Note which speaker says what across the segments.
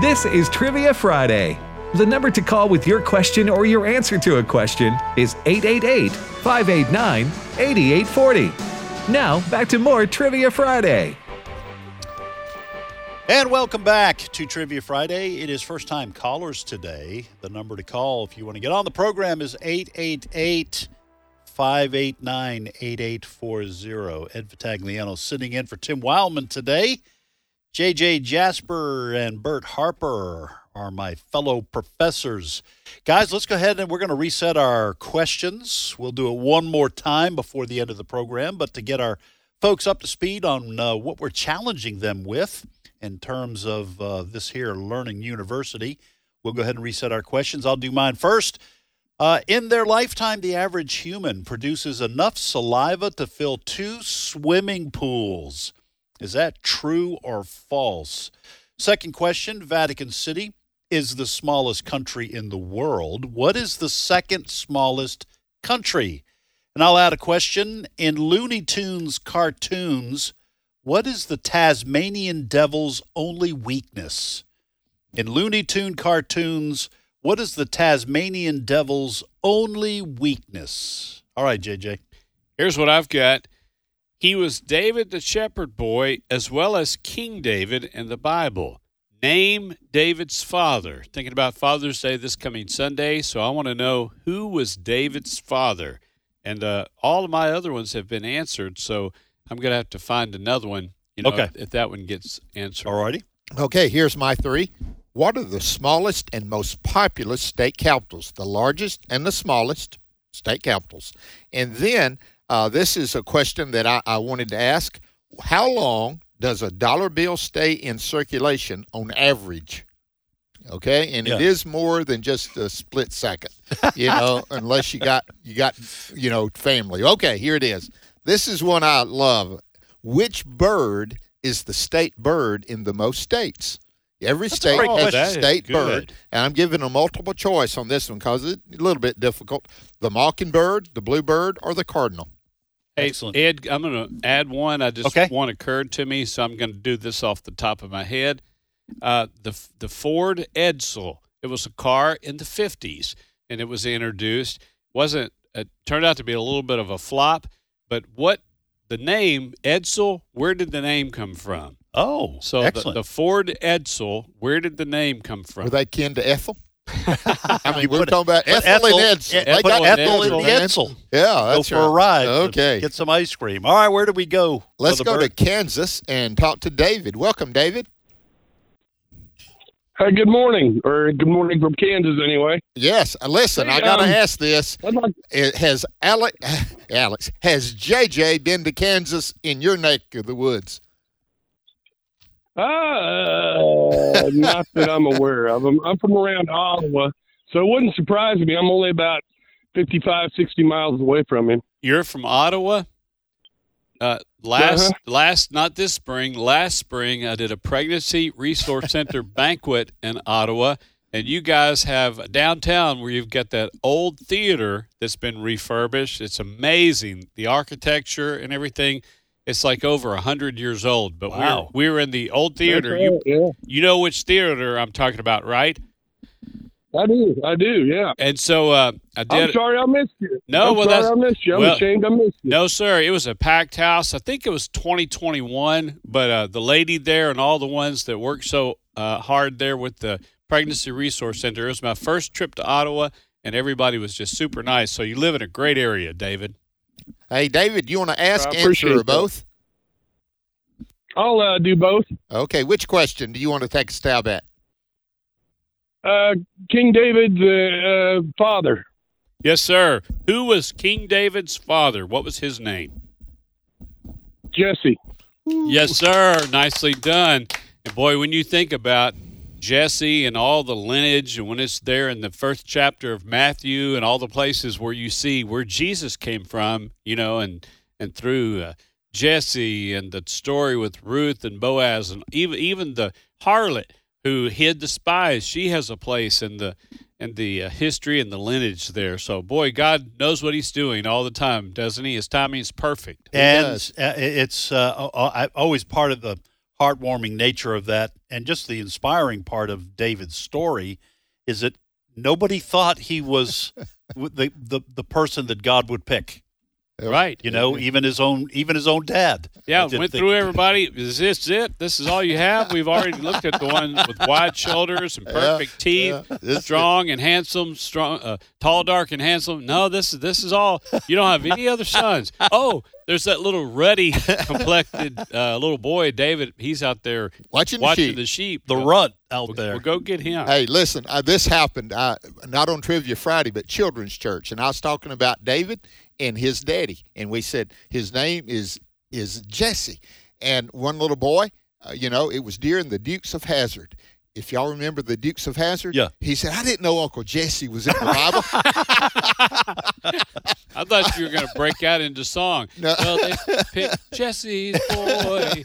Speaker 1: This is Trivia Friday. The number to call with your question or your answer to a question is 888 589 8840. Now, back to more Trivia Friday.
Speaker 2: And welcome back to Trivia Friday. It is first time callers today. The number to call if you want to get on the program is 888 589 8840. Ed Vitagliano sitting in for Tim Wildman today. JJ Jasper and Bert Harper are my fellow professors. Guys, let's go ahead and we're going to reset our questions. We'll do it one more time before the end of the program, but to get our folks up to speed on uh, what we're challenging them with in terms of uh, this here Learning University, we'll go ahead and reset our questions. I'll do mine first. Uh, in their lifetime, the average human produces enough saliva to fill two swimming pools. Is that true or false? Second question Vatican City is the smallest country in the world. What is the second smallest country? And I'll add a question. In Looney Tunes cartoons, what is the Tasmanian devil's only weakness? In Looney Tune cartoons, what is the Tasmanian devil's only weakness? All right, JJ.
Speaker 3: Here's what I've got. He was David the shepherd boy as well as King David in the Bible. Name David's father. Thinking about Father's Day this coming Sunday, so I want to know who was David's father. And uh, all of my other ones have been answered, so I'm going to have to find another one. You know,
Speaker 2: Okay.
Speaker 3: If that one gets answered.
Speaker 2: All righty.
Speaker 4: Okay, here's my three. What are the smallest and most populous state capitals? The largest and the smallest state capitals. And then uh, this is a question that I, I wanted to ask. How long does a dollar bill stay in circulation on average? Okay, and it
Speaker 2: Yeah.
Speaker 4: is more than just a split second, you know, unless you got you got you know family. Okay, here it is. This is one I love. Which bird is the state bird in the most states? Every
Speaker 2: That's a
Speaker 4: state
Speaker 2: great
Speaker 4: has
Speaker 2: question.
Speaker 4: a
Speaker 2: That is
Speaker 4: state
Speaker 3: good.
Speaker 4: bird, and I'm giving a multiple choice on this one because it's a little bit difficult. The mockingbird, the bluebird, or the cardinal?
Speaker 3: Hey,
Speaker 2: Excellent.
Speaker 3: Ed, I'm going to add one. I just
Speaker 2: Okay.
Speaker 3: one occurred to me, so I'm going to do this off the top of my head. Uh, the the Ford Edsel. It was a car in the 50s, and it was introduced. wasn't It turned out to be a little bit of a flop, but what the name Edsel? Where did the name come from?
Speaker 2: Oh,
Speaker 3: So the,
Speaker 2: excellent.
Speaker 3: the Ford Edsel. Where did the name come from?
Speaker 4: Were they kin to Ethel? I mean, we're
Speaker 2: Put-
Speaker 4: talking about
Speaker 2: put
Speaker 4: Ethel, and
Speaker 2: Ethel-
Speaker 4: Edsel.
Speaker 2: Ethel,
Speaker 4: They got
Speaker 3: and
Speaker 4: Ethel and
Speaker 3: Edsel.
Speaker 4: Edsel. Yeah,
Speaker 2: go
Speaker 4: Oh, that's
Speaker 2: for
Speaker 4: right.
Speaker 2: a ride.
Speaker 4: Okay,
Speaker 2: Get some ice cream. All right, where do we go? for
Speaker 4: let's
Speaker 2: the
Speaker 4: go to
Speaker 2: bird?
Speaker 4: Kansas and talk to David. Welcome, David.
Speaker 5: Hey, good morning, or good morning from Kansas, anyway.
Speaker 4: Yes, uh, listen, I
Speaker 5: Hey,
Speaker 4: gotta
Speaker 5: um,
Speaker 4: ask this:
Speaker 5: I'd like,
Speaker 4: Uh, Has Alex, Alex, has JJ been to Kansas in your neck of the woods?
Speaker 5: Ah, uh, not that I'm aware of. I'm, I'm from around Ottawa, so it wouldn't surprise me. I'm only about 55, 60 miles away from him.
Speaker 3: You're from Ottawa. Uh, last last not this spring, last spring I did a pregnancy resource center banquet in Ottawa, and you guys have downtown where you've got that old theater that's been refurbished. It's amazing the architecture and everything. It's like over a hundred years old, but
Speaker 2: Wow.
Speaker 3: we were we were in the old theater.
Speaker 5: That's
Speaker 3: You
Speaker 5: right, yeah,
Speaker 3: you know which theater I'm talking about, right?
Speaker 5: I do. I do. Yeah.
Speaker 3: And so uh, I did.
Speaker 5: I'm sorry I missed you.
Speaker 3: No,
Speaker 5: I'm
Speaker 3: well,
Speaker 5: sorry
Speaker 3: that's-
Speaker 5: I missed you. I'm
Speaker 3: well-
Speaker 5: ashamed I missed you.
Speaker 3: No, sir. It was a packed house. I think it was 2021, but uh, the lady there and all the ones that worked so uh, hard there with the Pregnancy Resource Center. It was my first trip to Ottawa, and everybody was just super nice. So you live in a great area, David.
Speaker 4: Hey, David, you want to ask,
Speaker 5: I
Speaker 4: answer,
Speaker 5: appreciate
Speaker 4: or
Speaker 5: that.
Speaker 4: both?
Speaker 5: I'll uh, do both.
Speaker 4: Okay, which question do you want to take a stab at?
Speaker 5: Uh, King David's uh, uh, father,
Speaker 3: Yes, sir. Who was King David's father? What was his name?
Speaker 5: Jesse.
Speaker 3: Yes, sir. Nicely done. And boy, when you think about Jesse and all the lineage, and when it's there in the first chapter of Matthew, and all the places where you see where Jesus came from, you know, and and through uh, Jesse and the story with Ruth and Boaz, and even even the harlot who hid the spies, she has a place in the in the uh, history and the lineage there. So, boy, God knows what He's doing all the time, doesn't He? His timing is perfect.
Speaker 2: and
Speaker 4: does.
Speaker 2: uh, it's uh, o- o- I- uh, always part of the heartwarming nature of that and just the inspiring part of David's story is that nobody thought he was w- the, the, the person that God would pick.
Speaker 3: Right.
Speaker 2: You know, even his own even his own dad.
Speaker 3: Yeah,
Speaker 2: didn't
Speaker 3: went
Speaker 2: think-
Speaker 3: through everybody. Is this it? This is all you have? We've already looked at the one with wide shoulders and perfect teeth,
Speaker 4: yeah. Uh, This-
Speaker 3: strong and handsome, strong, uh, tall, dark and handsome. No, this is this is all. You don't have any other sons. Oh, there's that little ruddy complected uh, little boy, David. He's out there
Speaker 4: Watching the sheep.
Speaker 3: the sheep.
Speaker 2: the
Speaker 3: Go-
Speaker 2: rut out there.
Speaker 3: Well, go get him.
Speaker 4: Hey, listen, uh, this happened uh, not on Trivia Friday, but Children's Church, and I was talking about David and his daddy, and we said his name is is Jesse, and one little boy, uh, you know, it was during the Dukes of Hazard. If y'all remember the Dukes of Hazard,
Speaker 2: Yeah.
Speaker 4: he said, "I didn't know Uncle Jesse was in the Bible."
Speaker 3: I thought you were going to break out into song.
Speaker 4: No.
Speaker 3: Well, they picked Jesse's boy.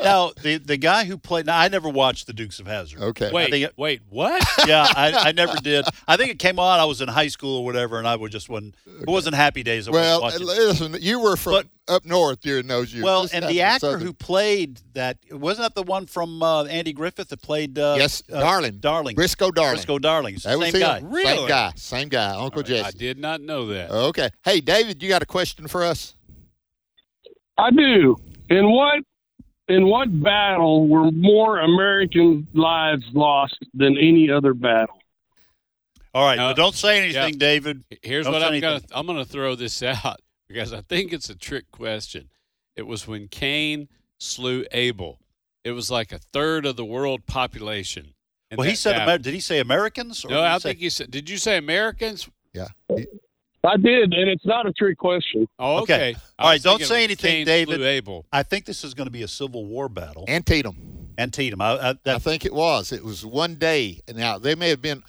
Speaker 2: Now the the guy who played now I never watched the Dukes of Hazard.
Speaker 4: okay,
Speaker 3: Wait,
Speaker 2: think it-
Speaker 3: wait, what?
Speaker 2: yeah, I, I never did. I think it came on. I was in high school or whatever, and I was just wasn't. It wasn't happy days. I
Speaker 4: well,
Speaker 2: wasn't watching.
Speaker 4: listen, you were from up north during those years.
Speaker 2: well,
Speaker 4: This
Speaker 2: and the
Speaker 4: happened
Speaker 2: actor
Speaker 4: southern.
Speaker 2: who played that wasn't that the one from uh, Andy Griffith that played uh,
Speaker 4: yes,
Speaker 2: uh,
Speaker 4: darling,
Speaker 2: Darling,
Speaker 4: Briscoe, darling,
Speaker 2: Briscoe Darling, It's the
Speaker 4: that was
Speaker 2: same
Speaker 4: him.
Speaker 2: guy.
Speaker 3: Really?
Speaker 4: Same guy, same guy, Uncle Jesse.
Speaker 3: I did not know that.
Speaker 4: Okay. Hey, David, you got a question for us?
Speaker 5: I do. In what in what battle were more American lives lost than any other battle?
Speaker 2: All right,
Speaker 3: Uh,
Speaker 2: but don't say anything,
Speaker 3: yeah.
Speaker 2: David.
Speaker 3: Here's
Speaker 2: Don't
Speaker 3: what
Speaker 2: say
Speaker 3: I'm gonna
Speaker 2: anything.
Speaker 3: I'm gonna throw this out because I think it's a trick question. It was when Cain slew Abel. It was like a third of the world population. in
Speaker 2: Well, he
Speaker 3: that
Speaker 2: said.
Speaker 3: battle.
Speaker 2: Amer- did he say Americans? Or
Speaker 3: No,
Speaker 2: did he
Speaker 3: I
Speaker 2: say-
Speaker 3: think he said. Did you say Americans?
Speaker 5: I did, and it's not a trick question.
Speaker 3: Oh,
Speaker 2: Okay.
Speaker 3: okay.
Speaker 2: All
Speaker 3: I
Speaker 2: right,
Speaker 3: was
Speaker 2: don't
Speaker 3: thinking
Speaker 2: say
Speaker 3: when
Speaker 2: anything,
Speaker 3: Cain
Speaker 2: David.
Speaker 3: Slew Abel.
Speaker 2: I think this is going to be a Civil War battle.
Speaker 4: Antietam.
Speaker 2: Antietam. I, I,
Speaker 4: I
Speaker 2: that,
Speaker 4: think it was. It was one day. Now, they may have been,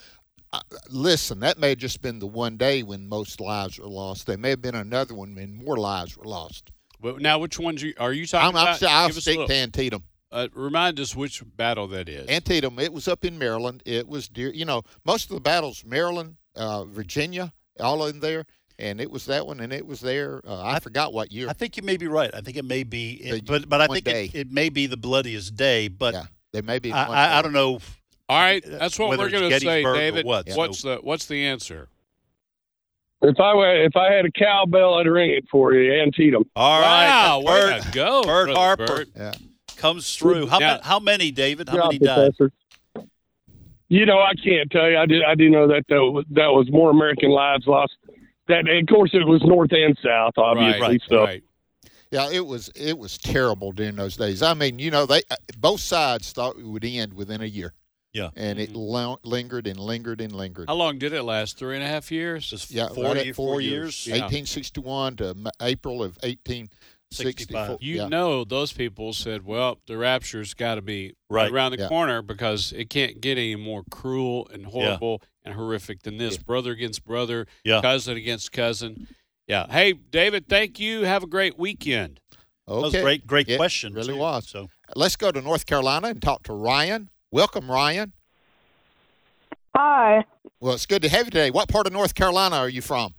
Speaker 4: uh, listen, that may have just been the one day when most lives were lost. There may have been another one when more lives were lost.
Speaker 3: But now, which ones you- are you talking
Speaker 4: I'm, I'm,
Speaker 3: about?
Speaker 4: si- I'll
Speaker 3: Give us a
Speaker 4: stick
Speaker 3: look.
Speaker 4: to Antietam.
Speaker 3: Uh, remind us which battle that is.
Speaker 4: Antietam, it was up in Maryland. It was, dear, you know, most of the battles, Maryland, uh, Virginia, all in there. And it was that one, and it was there. Uh, I, forgot what year.
Speaker 2: I think you may be right. I think it may be,
Speaker 4: The-
Speaker 2: it, but but I
Speaker 4: one
Speaker 2: think it,
Speaker 4: day.
Speaker 2: it may be the bloodiest day. But
Speaker 4: yeah, there may be.
Speaker 2: I,
Speaker 4: one
Speaker 2: I, I
Speaker 4: day.
Speaker 2: don't know.
Speaker 3: All right, that's what
Speaker 2: uh, Whether
Speaker 3: we're
Speaker 2: it's
Speaker 3: going to say,
Speaker 2: Gettysburg or
Speaker 3: David.
Speaker 2: what, so-
Speaker 3: What's the What's the answer?
Speaker 5: If I were, if I had a cowbell, I'd ring it for you, Antietum.
Speaker 2: All right,
Speaker 3: wow, way
Speaker 2: Bert
Speaker 3: to go,
Speaker 2: Bert
Speaker 3: Brother
Speaker 2: Harper.
Speaker 3: Bert.
Speaker 4: Yeah.
Speaker 2: comes through. How,
Speaker 3: Now-
Speaker 2: ma- how many, David? How
Speaker 5: Yeah,
Speaker 2: many died?
Speaker 5: Professor. You know, I can't tell you. I did. I do know that though. That was more American lives lost. That, and of course, it was North and South, obviously.
Speaker 3: right,
Speaker 5: so,
Speaker 3: right.
Speaker 4: Yeah, it was it was terrible during those days. I mean, you know, they uh, both sides thought it would end within a year.
Speaker 2: Yeah.
Speaker 4: and it lo- lingered and lingered and lingered.
Speaker 3: How long did it last? Three and a half years.
Speaker 2: Just
Speaker 4: Yeah,
Speaker 2: four,
Speaker 4: right at
Speaker 2: ye-
Speaker 4: four
Speaker 2: four
Speaker 4: years.
Speaker 2: years.
Speaker 3: Yeah.
Speaker 4: 1861 to Ma- April of 1864.
Speaker 2: 65.
Speaker 3: You
Speaker 4: yeah.
Speaker 3: know, those people said, "Well, the rapture's got to be
Speaker 2: Right.
Speaker 3: around the
Speaker 4: Yeah.
Speaker 3: corner because it can't get any more cruel and horrible and horrific than this. Brother against brother,
Speaker 2: Yeah.
Speaker 3: cousin against cousin." Yeah. Hey, David. Thank you. Have a great weekend.
Speaker 2: That
Speaker 4: Okay,
Speaker 2: was a great, great
Speaker 4: Yeah,
Speaker 2: question.
Speaker 4: Really
Speaker 2: too.
Speaker 4: was.
Speaker 2: So
Speaker 4: Let's go to North Carolina and talk to Ryan. Welcome, Ryan.
Speaker 6: Hi.
Speaker 4: Well, it's good to have you today. What part of North Carolina are you from?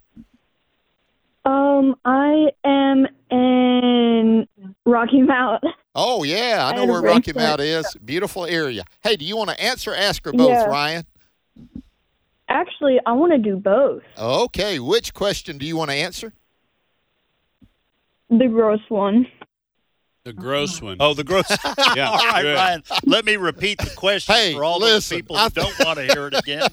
Speaker 6: Um, I am in Rocky Mount.
Speaker 4: Oh yeah, I know
Speaker 6: And
Speaker 4: where Rocky
Speaker 6: Rayford.
Speaker 4: Mount is. Beautiful area. Hey, do you want to answer, ask, or both,
Speaker 6: Yeah.
Speaker 4: Ryan?
Speaker 6: Actually, I want to do both.
Speaker 4: Okay, which question do you want to answer?
Speaker 6: The gross one.
Speaker 3: The gross one.
Speaker 2: Oh, the gross.
Speaker 3: Yeah,
Speaker 2: All right,
Speaker 3: good.
Speaker 2: Ryan. Let me repeat the question
Speaker 4: Hey,
Speaker 2: for all
Speaker 4: listen,
Speaker 2: those people
Speaker 4: I
Speaker 2: who don't want to hear it again.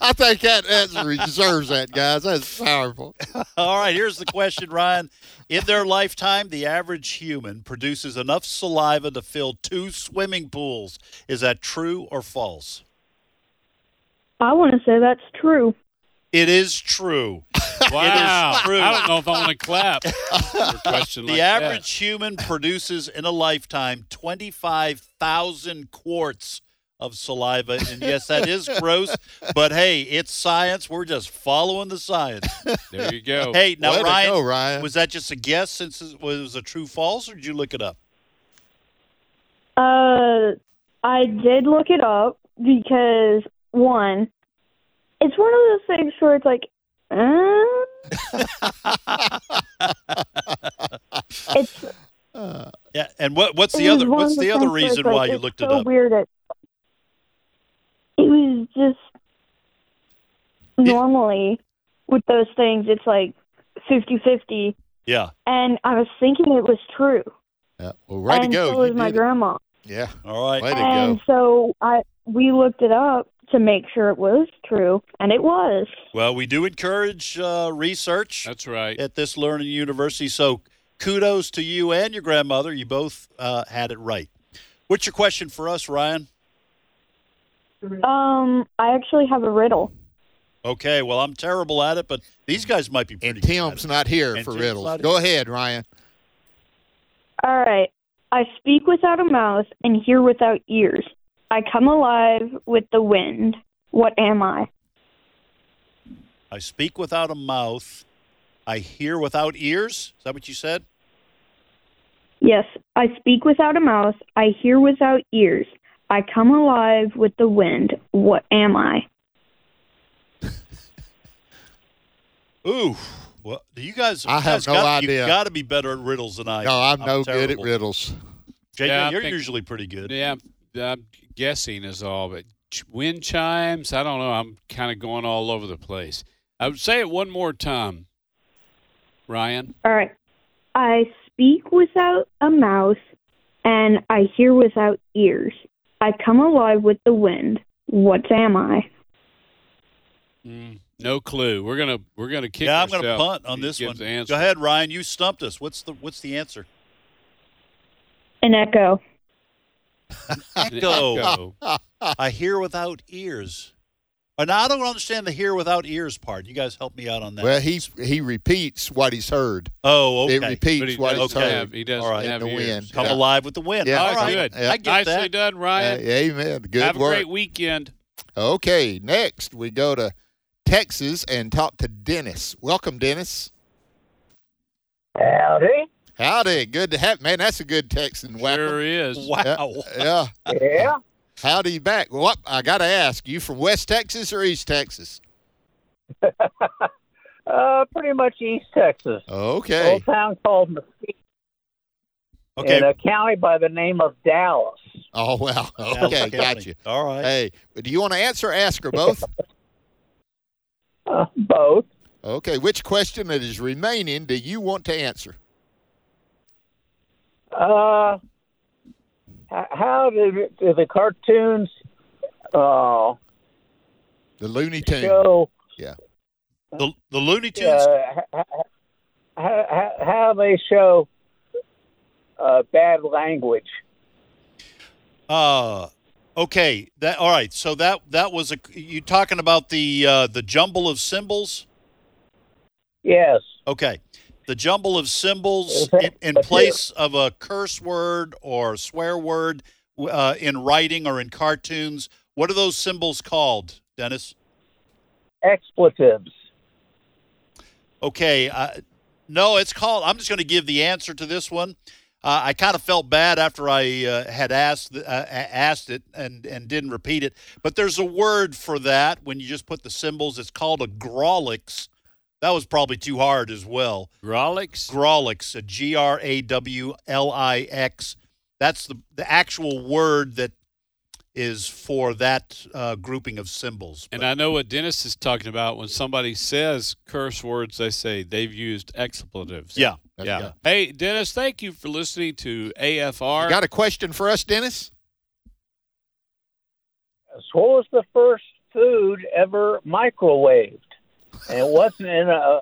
Speaker 4: I think that that deserves that, guys. That's powerful.
Speaker 2: All right, here's the question, Ryan. In their lifetime, the average human produces enough saliva to fill two swimming pools. Is that true or false?
Speaker 6: I want to say that's true.
Speaker 2: It is true.
Speaker 3: wow.
Speaker 2: true.
Speaker 3: I don't know if I want to clap. for a question
Speaker 2: The
Speaker 3: like that.
Speaker 2: average human produces in a lifetime 25,000 quarts of saliva. And yes, that is gross, but hey, it's science. We're just following the science.
Speaker 3: There you go.
Speaker 2: Hey, now,
Speaker 4: Oh, Way to
Speaker 2: Ryan,
Speaker 4: go, Ryan.
Speaker 2: was that just a guess since it was a true false, or did you look it up?
Speaker 6: Uh, I did look it up because one, it's one of those things where it's like, eh? uh, it's
Speaker 2: Yeah, and what what's
Speaker 6: It
Speaker 2: the
Speaker 6: was
Speaker 2: other
Speaker 6: one
Speaker 2: what's
Speaker 6: of
Speaker 2: the other
Speaker 6: things where it's
Speaker 2: reason
Speaker 6: like,
Speaker 2: why you
Speaker 6: it's
Speaker 2: looked
Speaker 6: so
Speaker 2: it up?
Speaker 6: Weird. It, it was just
Speaker 2: Yeah.
Speaker 6: normally with those things, it's like 50-50.
Speaker 2: Yeah.
Speaker 6: and I was thinking it was true.
Speaker 4: Yeah. Well, right to
Speaker 6: and
Speaker 4: go.
Speaker 6: Um, So was
Speaker 4: You
Speaker 6: my um,
Speaker 4: did it.
Speaker 6: grandma,
Speaker 4: yeah.
Speaker 2: All right.
Speaker 4: Way to
Speaker 6: and
Speaker 4: go.
Speaker 6: so I we looked it up to make sure it was true, and it was.
Speaker 2: Well, we do encourage uh, research
Speaker 3: That's right.
Speaker 2: at this learning university. So kudos to you and your grandmother. You both uh, had it right. What's your question for us, Ryan?
Speaker 6: Um, I actually have a riddle.
Speaker 2: Okay. Well, I'm terrible at it, but these guys might be pretty.
Speaker 4: And
Speaker 2: good at
Speaker 4: Tim's
Speaker 2: it.
Speaker 4: not here
Speaker 2: And
Speaker 4: for
Speaker 2: Tim's
Speaker 4: riddles.
Speaker 2: not
Speaker 4: Go ahead, Ryan.
Speaker 6: All right, I speak without a mouth and hear without ears. I come alive with the wind. What am I?
Speaker 2: I speak without a mouth. I hear without ears. Is that what you said?
Speaker 6: Yes, I speak without a mouth. I hear without ears. I come alive with the wind. What am I?
Speaker 2: Ooh. Well, do you guys?
Speaker 4: I
Speaker 2: you
Speaker 4: have
Speaker 2: guys
Speaker 4: no
Speaker 2: got, You
Speaker 4: idea.
Speaker 2: got to be better at riddles than I.
Speaker 4: No, I'm,
Speaker 2: am
Speaker 4: no good at
Speaker 2: terrible.
Speaker 4: riddles.
Speaker 2: JJ,
Speaker 3: Yeah, I
Speaker 2: you're
Speaker 3: think-
Speaker 2: usually pretty good.
Speaker 3: Yeah, I'm, I'm guessing is all, but ch- wind chimes. I don't know. I'm kind of going all over the place. I would say it one more time, Ryan.
Speaker 6: All right. I speak without a mouth and I hear without ears. I come alive with the wind. What am I?
Speaker 3: Mm, no clue. We're gonna we're gonna kick.
Speaker 2: Yeah, I'm going to
Speaker 3: ourselves
Speaker 2: punt
Speaker 3: if
Speaker 2: on
Speaker 3: he
Speaker 2: this
Speaker 3: gives
Speaker 2: one.
Speaker 3: the
Speaker 2: Go
Speaker 3: answer.
Speaker 2: ahead, Ryan. You stumped us. What's the What's the answer?
Speaker 6: An echo.
Speaker 2: Echo. I hear without ears. And I don't understand the hear without ears part. You guys help me out on that.
Speaker 4: Well, he's he repeats what he's heard.
Speaker 2: oh, okay.
Speaker 4: It
Speaker 3: But he
Speaker 4: repeats what he's
Speaker 3: doesn't
Speaker 2: okay.
Speaker 3: have.
Speaker 4: heard.
Speaker 3: He doesn't
Speaker 2: All right.
Speaker 3: have
Speaker 4: In the
Speaker 3: ears.
Speaker 4: wind.
Speaker 2: Come
Speaker 4: Yeah.
Speaker 2: alive with the wind.
Speaker 4: Yeah.
Speaker 2: All
Speaker 3: All
Speaker 2: right.
Speaker 3: right, good.
Speaker 4: Yeah.
Speaker 2: I get
Speaker 3: Nicely
Speaker 2: that.
Speaker 3: done, Ryan.
Speaker 4: Uh, amen. Good
Speaker 3: have
Speaker 4: work.
Speaker 3: a great weekend.
Speaker 4: Okay, next we go to Texas and talk to Dennis. Welcome, Dennis.
Speaker 7: Howdy.
Speaker 4: Howdy. Good to have man. That's a good Texan
Speaker 3: Sure
Speaker 4: whacker.
Speaker 3: is.
Speaker 2: Wow.
Speaker 4: Yeah. yeah.
Speaker 7: Yeah.
Speaker 4: Howdy back. Well, I gotta ask, you from West Texas or East Texas?
Speaker 7: Uh, pretty much East Texas.
Speaker 4: Okay.
Speaker 7: Old town called Mesquite
Speaker 2: Okay.
Speaker 7: in a county by the name of Dallas.
Speaker 4: Oh wow.
Speaker 2: Dallas County.
Speaker 4: Okay, gotcha.
Speaker 2: All right.
Speaker 4: Hey, do you want to answer, or ask, or both?
Speaker 7: Uh, both.
Speaker 4: Okay, which question that is remaining do you want to answer?
Speaker 7: Uh, h- how do, do the cartoons uh,
Speaker 4: The Looney Tune.
Speaker 7: show
Speaker 2: The, the Looney
Speaker 7: uh,
Speaker 2: Tunes.
Speaker 7: h- h- how, how, how they show uh, bad language?
Speaker 2: Uh, okay. That all right. So that that was a you talking about the uh, the jumble of symbols.
Speaker 7: Yes.
Speaker 2: Okay. The jumble of symbols
Speaker 7: Okay.
Speaker 2: in,
Speaker 7: Let's
Speaker 2: in
Speaker 7: hear it.
Speaker 2: place of a curse word or swear word w- uh, in writing or in cartoons. What are those symbols called, Dennis?
Speaker 7: Expletives.
Speaker 2: Okay. Uh, no, it's called. I'm just going to give the answer to this one. Uh, I kind of felt bad after I uh, had asked th- uh, a- asked it and and didn't repeat it. But there's a word for that when you just put the symbols. It's called a grolix. That was probably too hard as well.
Speaker 3: Grolix.
Speaker 2: Grawlix, a G R A W L I X. That's the, the actual word that is for that uh, grouping of symbols.
Speaker 3: And
Speaker 2: But-
Speaker 3: I know what Dennis is talking about. When somebody says curse words, they say they've used expletives.
Speaker 2: yeah.
Speaker 3: Yeah. Hey, Dennis, thank you for listening to
Speaker 4: You
Speaker 3: AFR.
Speaker 4: got a question for us, Dennis?
Speaker 7: What was the first food ever microwaved? And it wasn't in a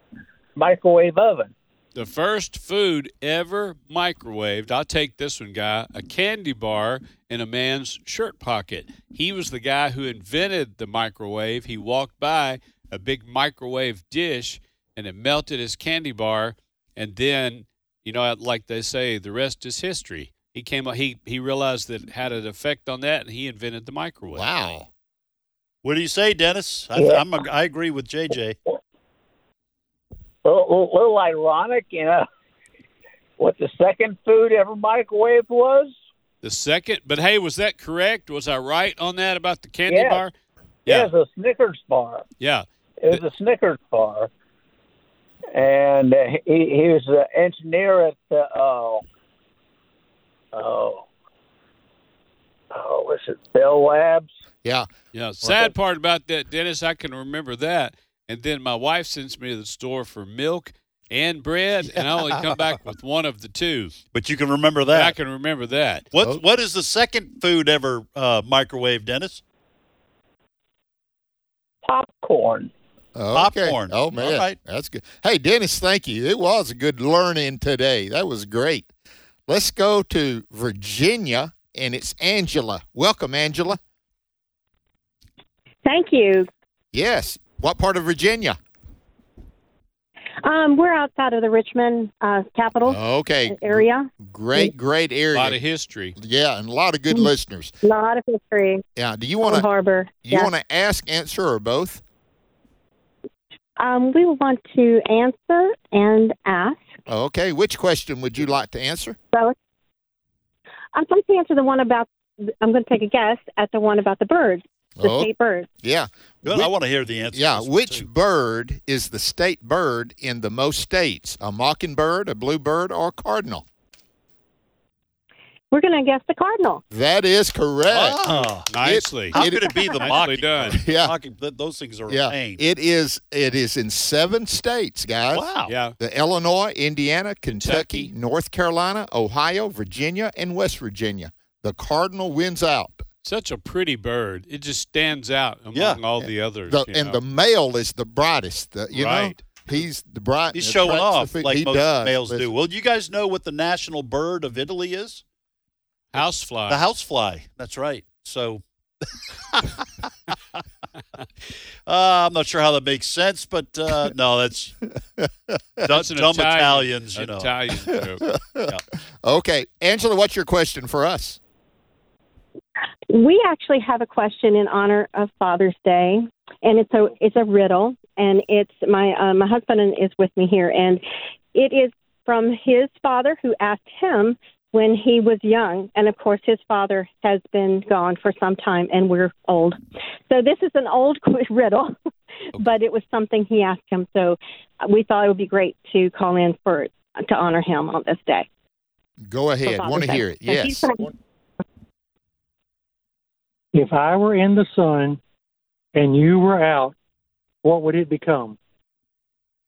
Speaker 7: microwave oven.
Speaker 3: the first food ever microwaved. I'll take this one, guy. A candy bar in a man's shirt pocket. He was the guy who invented the microwave. He walked by a big microwave dish and it melted his candy bar. And then, you know, like they say, the rest is history. He came up, he, he realized that it had an effect on that and he invented the microwave.
Speaker 4: Wow.
Speaker 2: What do you say, Dennis? I, I'm a, I agree with JJ.
Speaker 7: A little, little ironic, you know, what the second food ever microwaved was?
Speaker 3: The second, but hey, was that correct? Was I right on that about the candy
Speaker 7: Yes.
Speaker 3: bar?
Speaker 7: It was a Snickers bar.
Speaker 3: Yeah.
Speaker 7: It was a Snickers bar. And uh, he, he was an engineer at the uh, Oh. Oh, was it Bell Labs?
Speaker 4: Yeah.
Speaker 3: Yeah. Sad part about that, Dennis, I can remember that. And then my wife sends me to the store for milk and bread, and I only come back with one of the two.
Speaker 2: But you can remember
Speaker 3: But I
Speaker 2: that.
Speaker 3: can remember that.
Speaker 2: What
Speaker 4: Oh.
Speaker 2: What is the second food ever uh, microwave, Dennis?
Speaker 7: Popcorn.
Speaker 4: Okay.
Speaker 2: Popcorn.
Speaker 4: Oh man,
Speaker 2: All right.
Speaker 4: that's good. Hey, Dennis, thank you. It was a good learning today. That was great. Let's go to Virginia, and it's Angela. Welcome, Angela.
Speaker 6: Thank you.
Speaker 4: Yes. What part of Virginia?
Speaker 8: Um, we're outside of the Richmond uh, capital
Speaker 4: Okay.
Speaker 8: area.
Speaker 4: Great, great
Speaker 3: A lot
Speaker 4: area.
Speaker 3: of history.
Speaker 4: Yeah, and a lot of
Speaker 8: Mm.
Speaker 4: good listeners.
Speaker 8: A lot of history.
Speaker 4: Yeah. Do you
Speaker 8: Old
Speaker 4: want to
Speaker 8: Harbor.
Speaker 4: you
Speaker 8: Uh-huh. yeah.
Speaker 4: want to ask, answer, or both?
Speaker 8: um, we want to answer and ask.
Speaker 4: Okay. Which question would you like to answer?
Speaker 8: So I'd like to answer the one about. I'm going to take a guess at the one about the birds, the
Speaker 4: Oh,
Speaker 8: state birds.
Speaker 4: yeah.
Speaker 2: Good. I want to hear the answer. to
Speaker 4: Yeah,
Speaker 2: this one,
Speaker 4: which
Speaker 2: too.
Speaker 4: bird is the state bird in the most states? A mockingbird, a bluebird, or a cardinal?
Speaker 8: We're going to guess the cardinal.
Speaker 4: That is correct.
Speaker 2: Ah,
Speaker 3: Nicely.
Speaker 2: how could it be the
Speaker 3: Nicely
Speaker 2: mocking?
Speaker 3: done.
Speaker 4: Yeah.
Speaker 2: Mocking- th- those things are
Speaker 4: yeah,
Speaker 2: a pain.
Speaker 4: it is. It is in seven states, guys.
Speaker 2: wow.
Speaker 3: Yeah.
Speaker 4: The Illinois, Indiana, Kentucky,
Speaker 3: Kentucky.
Speaker 4: North Carolina, Ohio, Virginia, and West Virginia. The cardinal wins out.
Speaker 3: Such a pretty bird. It just stands out among
Speaker 2: Yeah.
Speaker 3: all the others.
Speaker 4: The,
Speaker 3: you
Speaker 4: and
Speaker 3: know.
Speaker 4: the male is the brightest. The, you
Speaker 3: Right.
Speaker 4: know, he's the bright.
Speaker 2: He's
Speaker 4: the
Speaker 2: showing
Speaker 4: brightest
Speaker 2: off
Speaker 4: of-
Speaker 2: like
Speaker 4: he
Speaker 2: most
Speaker 4: does.
Speaker 2: males do.
Speaker 4: Listen,
Speaker 2: Well, you guys know what the national bird of Italy is?
Speaker 3: housefly.
Speaker 2: The housefly. That's right. So uh, I'm not sure how that makes sense, but uh, no, that's
Speaker 3: That's an
Speaker 2: dumb
Speaker 3: Italian-
Speaker 2: Italians, you know.
Speaker 3: Italian joke.
Speaker 4: Okay, Angela, what's your question for us?
Speaker 8: We actually have a question in honor of Father's Day, and it's a it's a riddle, and it's my uh, my husband is with me here, and it is from his father who asked him when he was young, and of course his father has been gone for some time, and we're old, so this is an old riddle, but it was something he asked him, so we thought it would be great to call in for to honor him on this day.
Speaker 4: Go
Speaker 8: for
Speaker 4: ahead.
Speaker 8: Father's
Speaker 4: Want to
Speaker 8: Day.
Speaker 4: hear it?
Speaker 8: So he's
Speaker 4: Yes.
Speaker 8: from-
Speaker 9: if I were in the sun and you were out, what would it become?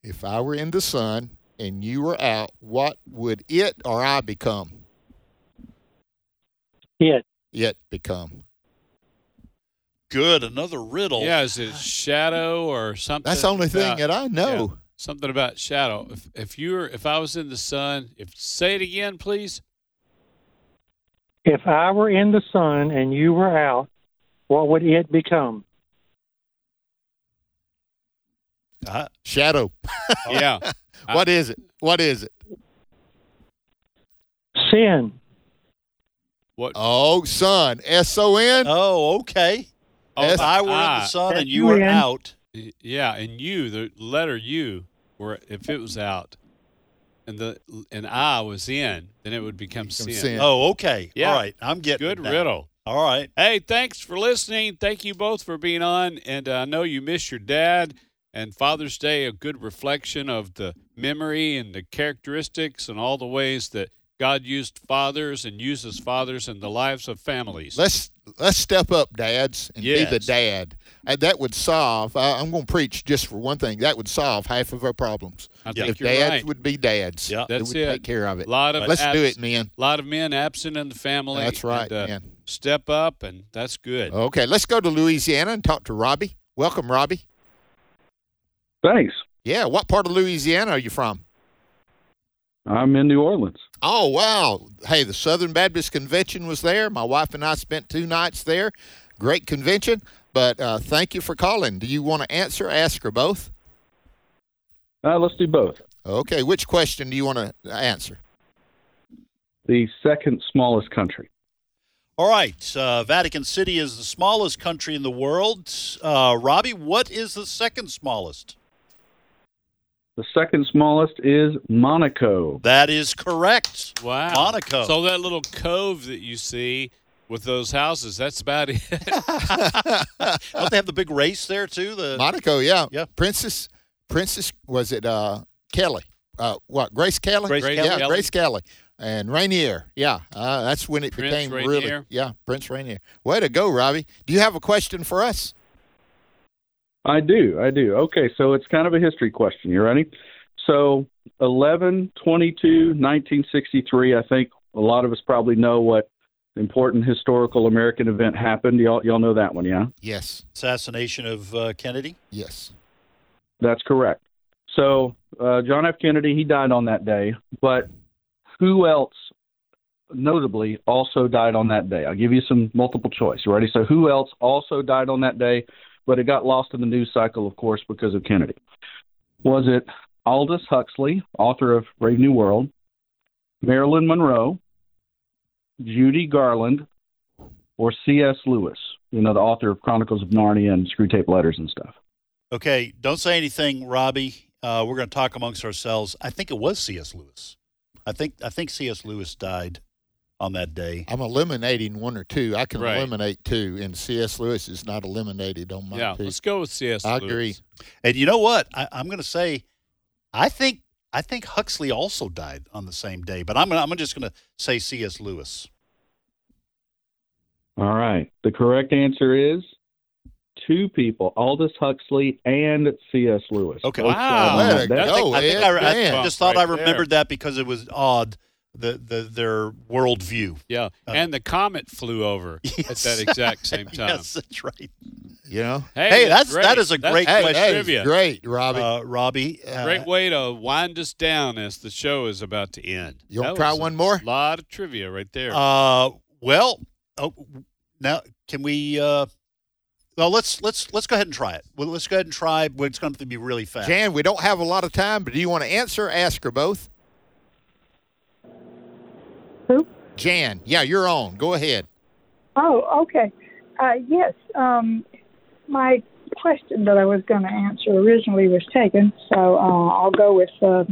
Speaker 4: If I were in the sun and you were out, what would it or I become?
Speaker 9: It.
Speaker 4: It become.
Speaker 2: good. Another riddle.
Speaker 3: Yeah, is it shadow or something?
Speaker 4: That's the only
Speaker 2: uh,
Speaker 4: thing
Speaker 3: about-
Speaker 4: that I know.
Speaker 3: Something about shadow. If if you were if I was in the sun, if say it again, please.
Speaker 9: If I were in the sun and you were out, what would it become?
Speaker 2: Uh,
Speaker 4: Shadow.
Speaker 3: Yeah. I-
Speaker 4: What is it? What is it?
Speaker 9: Sin.
Speaker 3: What
Speaker 4: Oh, sun. S O N.
Speaker 2: oh, okay.
Speaker 4: S-
Speaker 2: if I were in the
Speaker 3: ah.
Speaker 2: sun
Speaker 9: That's
Speaker 2: and you
Speaker 9: you,
Speaker 2: were
Speaker 9: Ian.
Speaker 2: out,
Speaker 3: Y- Yeah, and you, the letter U, were if it was out, and the and I was in, then it would become
Speaker 4: Become
Speaker 3: sin.
Speaker 4: sin.
Speaker 2: oh, okay.
Speaker 3: Yeah.
Speaker 2: All right. I'm getting
Speaker 3: Good
Speaker 2: it now.
Speaker 3: riddle.
Speaker 2: All right.
Speaker 3: Hey, thanks for listening. Thank you both for being on, and uh, I know you miss your dad. And Father's Day, a good reflection of the memory and the characteristics and all the ways that God used fathers and uses fathers in the lives of families.
Speaker 4: Let's let's step up, dads, and be the
Speaker 3: Yes.
Speaker 4: dad. And that would solve. I, I'm going to preach just for one thing. That would solve half of our problems.
Speaker 3: I
Speaker 2: Yeah.
Speaker 3: think
Speaker 4: If
Speaker 3: you're
Speaker 4: dads
Speaker 3: right.
Speaker 4: would be dads,
Speaker 2: Yeah.
Speaker 4: it
Speaker 3: That's
Speaker 4: would
Speaker 3: it.
Speaker 4: take care of it.
Speaker 3: lot of
Speaker 4: Let's do
Speaker 3: abs-
Speaker 4: it, man.
Speaker 3: lot of men absent in the family.
Speaker 4: That's right,
Speaker 3: and, uh,
Speaker 4: man. Oh.
Speaker 3: Step up, and that's good.
Speaker 4: Okay, let's go to Louisiana and talk to Robbie. Welcome, Robbie.
Speaker 5: Thanks.
Speaker 4: Yeah, what part of Louisiana are you from?
Speaker 5: I'm in New Orleans.
Speaker 4: Oh, wow. Hey, the Southern Baptist Convention was there. My wife and I spent two nights there. Great convention. But uh, thank you for calling. Do you want to answer, ask, or both?
Speaker 5: Uh, let's do both.
Speaker 4: Okay, which question do you want to answer?
Speaker 5: The second smallest country.
Speaker 2: All right. Uh, Vatican City is the smallest country in the world. Uh, Robbie, what is the second smallest?
Speaker 5: The second smallest is Monaco.
Speaker 2: That is correct.
Speaker 3: Wow.
Speaker 2: Monaco.
Speaker 3: So that little cove that you see with those houses, that's about it.
Speaker 2: Don't they have the big race there too? The
Speaker 4: Monaco, oh, yeah.
Speaker 2: Uh, yeah.
Speaker 4: Princess, Princess, was it uh, Kelly? Uh, what, Grace Kelly?
Speaker 2: Grace Grace Kelly.
Speaker 4: Yeah, Grace Kelly. and Rainier. Yeah, uh, that's when it
Speaker 3: Prince
Speaker 4: became really.
Speaker 3: Rainier.
Speaker 4: Yeah, Prince Rainier. Way to go, Robbie. Do you have a question for us?
Speaker 10: I do. I do. Okay, so it's kind of a history question. You ready? So 11 22 1963, I think a lot of us probably know what important historical American event happened. Y'all y'all know that one, yeah?
Speaker 4: Yes.
Speaker 2: Assassination of uh, Kennedy.
Speaker 4: Yes.
Speaker 10: That's correct. So uh, John F. Kennedy, he died on that day, but who else, notably, also died on that day? I'll give you some multiple choice. You Ready? So who else also died on that day, but it got lost in the news cycle, of course, because of Kennedy? Was it Aldous Huxley, author of Brave New World, Marilyn Monroe, Judy Garland, or C.S. Lewis? You know, the author of Chronicles of Narnia and Screwtape Letters and stuff.
Speaker 2: Okay, don't say anything, Robbie. Uh, we're going to talk amongst ourselves. I think it was C.S. Lewis. I think I think C.S. Lewis died on that day.
Speaker 4: I'm eliminating one or two. I can
Speaker 3: Right.
Speaker 4: eliminate two, and C.S. Lewis is not eliminated on my
Speaker 3: yeah,
Speaker 4: two.
Speaker 3: let's go with CS.
Speaker 4: I
Speaker 3: Lewis.
Speaker 4: agree.
Speaker 2: And you know what? I, I'm going to say, I think I think Huxley also died on the same day. But I'm gonna, I'm just going to say C.S. Lewis.
Speaker 10: All right. The correct answer is two people: Aldous Huxley and C.S. Lewis.
Speaker 2: Okay.
Speaker 10: Both died on
Speaker 4: Way
Speaker 10: that
Speaker 4: to
Speaker 10: day.
Speaker 4: go.
Speaker 2: I think, I, think I, re- I
Speaker 4: Ed, man.
Speaker 2: just thought I
Speaker 3: Right there.
Speaker 2: remembered that because it was odd the, the their worldview.
Speaker 3: Yeah, and the comet flew over at that exact same time.
Speaker 2: yes, that's right.
Speaker 4: You know,
Speaker 2: Hey, that's-
Speaker 3: great.
Speaker 2: that is a great
Speaker 4: hey,
Speaker 2: question.
Speaker 4: that is
Speaker 3: trivia.
Speaker 4: great, Robbie.
Speaker 2: Uh, Robbie, uh,
Speaker 3: Great way to wind us down as the show is about to end.
Speaker 4: You wanna
Speaker 3: That
Speaker 4: try
Speaker 3: was
Speaker 4: one
Speaker 3: a
Speaker 4: more?
Speaker 3: Lot of trivia right there.
Speaker 2: Uh, well, oh, now can we? Uh, well, let's let's let's go ahead and try it. Well, let's go ahead and try. But it's going to be really fast.
Speaker 4: Jan, we don't have a lot of time, but do you want to answer, ask, or both?
Speaker 11: Who?
Speaker 4: Jan, yeah, you're on. Go ahead.
Speaker 11: Oh, okay. Uh, yes, um, my question that I was going to answer originally was taken, so uh, I'll go with uh,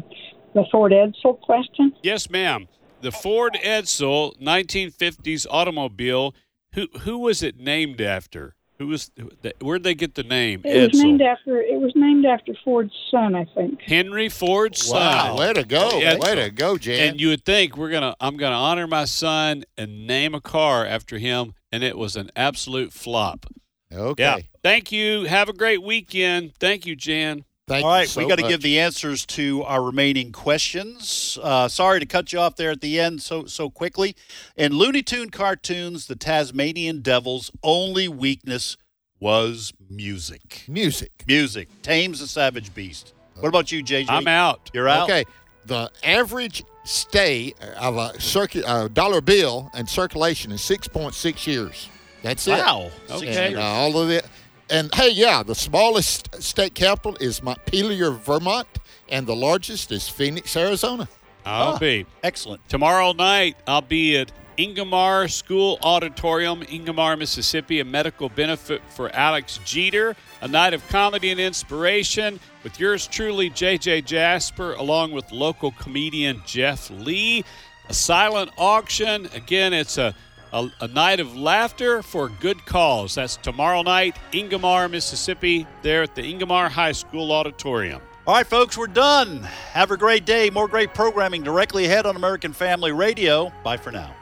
Speaker 11: the Ford Edsel question.
Speaker 3: yes, ma'am. The Ford Edsel 1950s automobile. Who who was it named after? Who was who- the- where'd they get the name?
Speaker 11: It
Speaker 3: Edsel.
Speaker 11: was named after it was named after Ford's son, I think.
Speaker 3: Henry Ford's son.
Speaker 4: way to go,
Speaker 3: Yeah.
Speaker 4: way to go, Jan.
Speaker 3: And you would think we're gonna I'm gonna honor my son and name a car after him, and it was an absolute flop.
Speaker 4: okay,
Speaker 3: Yeah. Thank you. Have a great weekend. Thank you, Jan.
Speaker 4: thank
Speaker 2: All
Speaker 4: you
Speaker 2: right,
Speaker 4: so
Speaker 2: we got to
Speaker 4: much.
Speaker 2: give the answers to our remaining questions. Uh, sorry to cut you off there at the end so so quickly. In Looney Tune cartoons, the Tasmanian Devil's only weakness was music.
Speaker 4: music.
Speaker 2: Music tames the savage beast. What about you, JJ?
Speaker 3: I'm out.
Speaker 2: You're out.
Speaker 4: Okay, the average stay of a circu- uh, dollar bill in circulation is 6.6 years. That's it.
Speaker 2: Wow.
Speaker 3: Okay.
Speaker 2: Six
Speaker 4: And,
Speaker 2: years.
Speaker 4: uh, all of it. And hey, yeah, the smallest state capital is Montpelier, Vermont, and the largest is Phoenix, Arizona.
Speaker 3: I'll be.
Speaker 2: Excellent.
Speaker 3: Tomorrow night, I'll be at Ingemar School Auditorium, Ingemar, Mississippi, a medical benefit for Alex Jeter, a night of comedy and inspiration with yours truly, JJ Jasper, along with local comedian Jeff Lee. A silent auction. Again, it's a, a, a night of laughter for a good cause. That's tomorrow night, Ingemar, Mississippi, there at the Ingemar High School Auditorium.
Speaker 2: All right, folks, we're done. Have a great day. More great programming directly ahead on American Family Radio. Bye for now.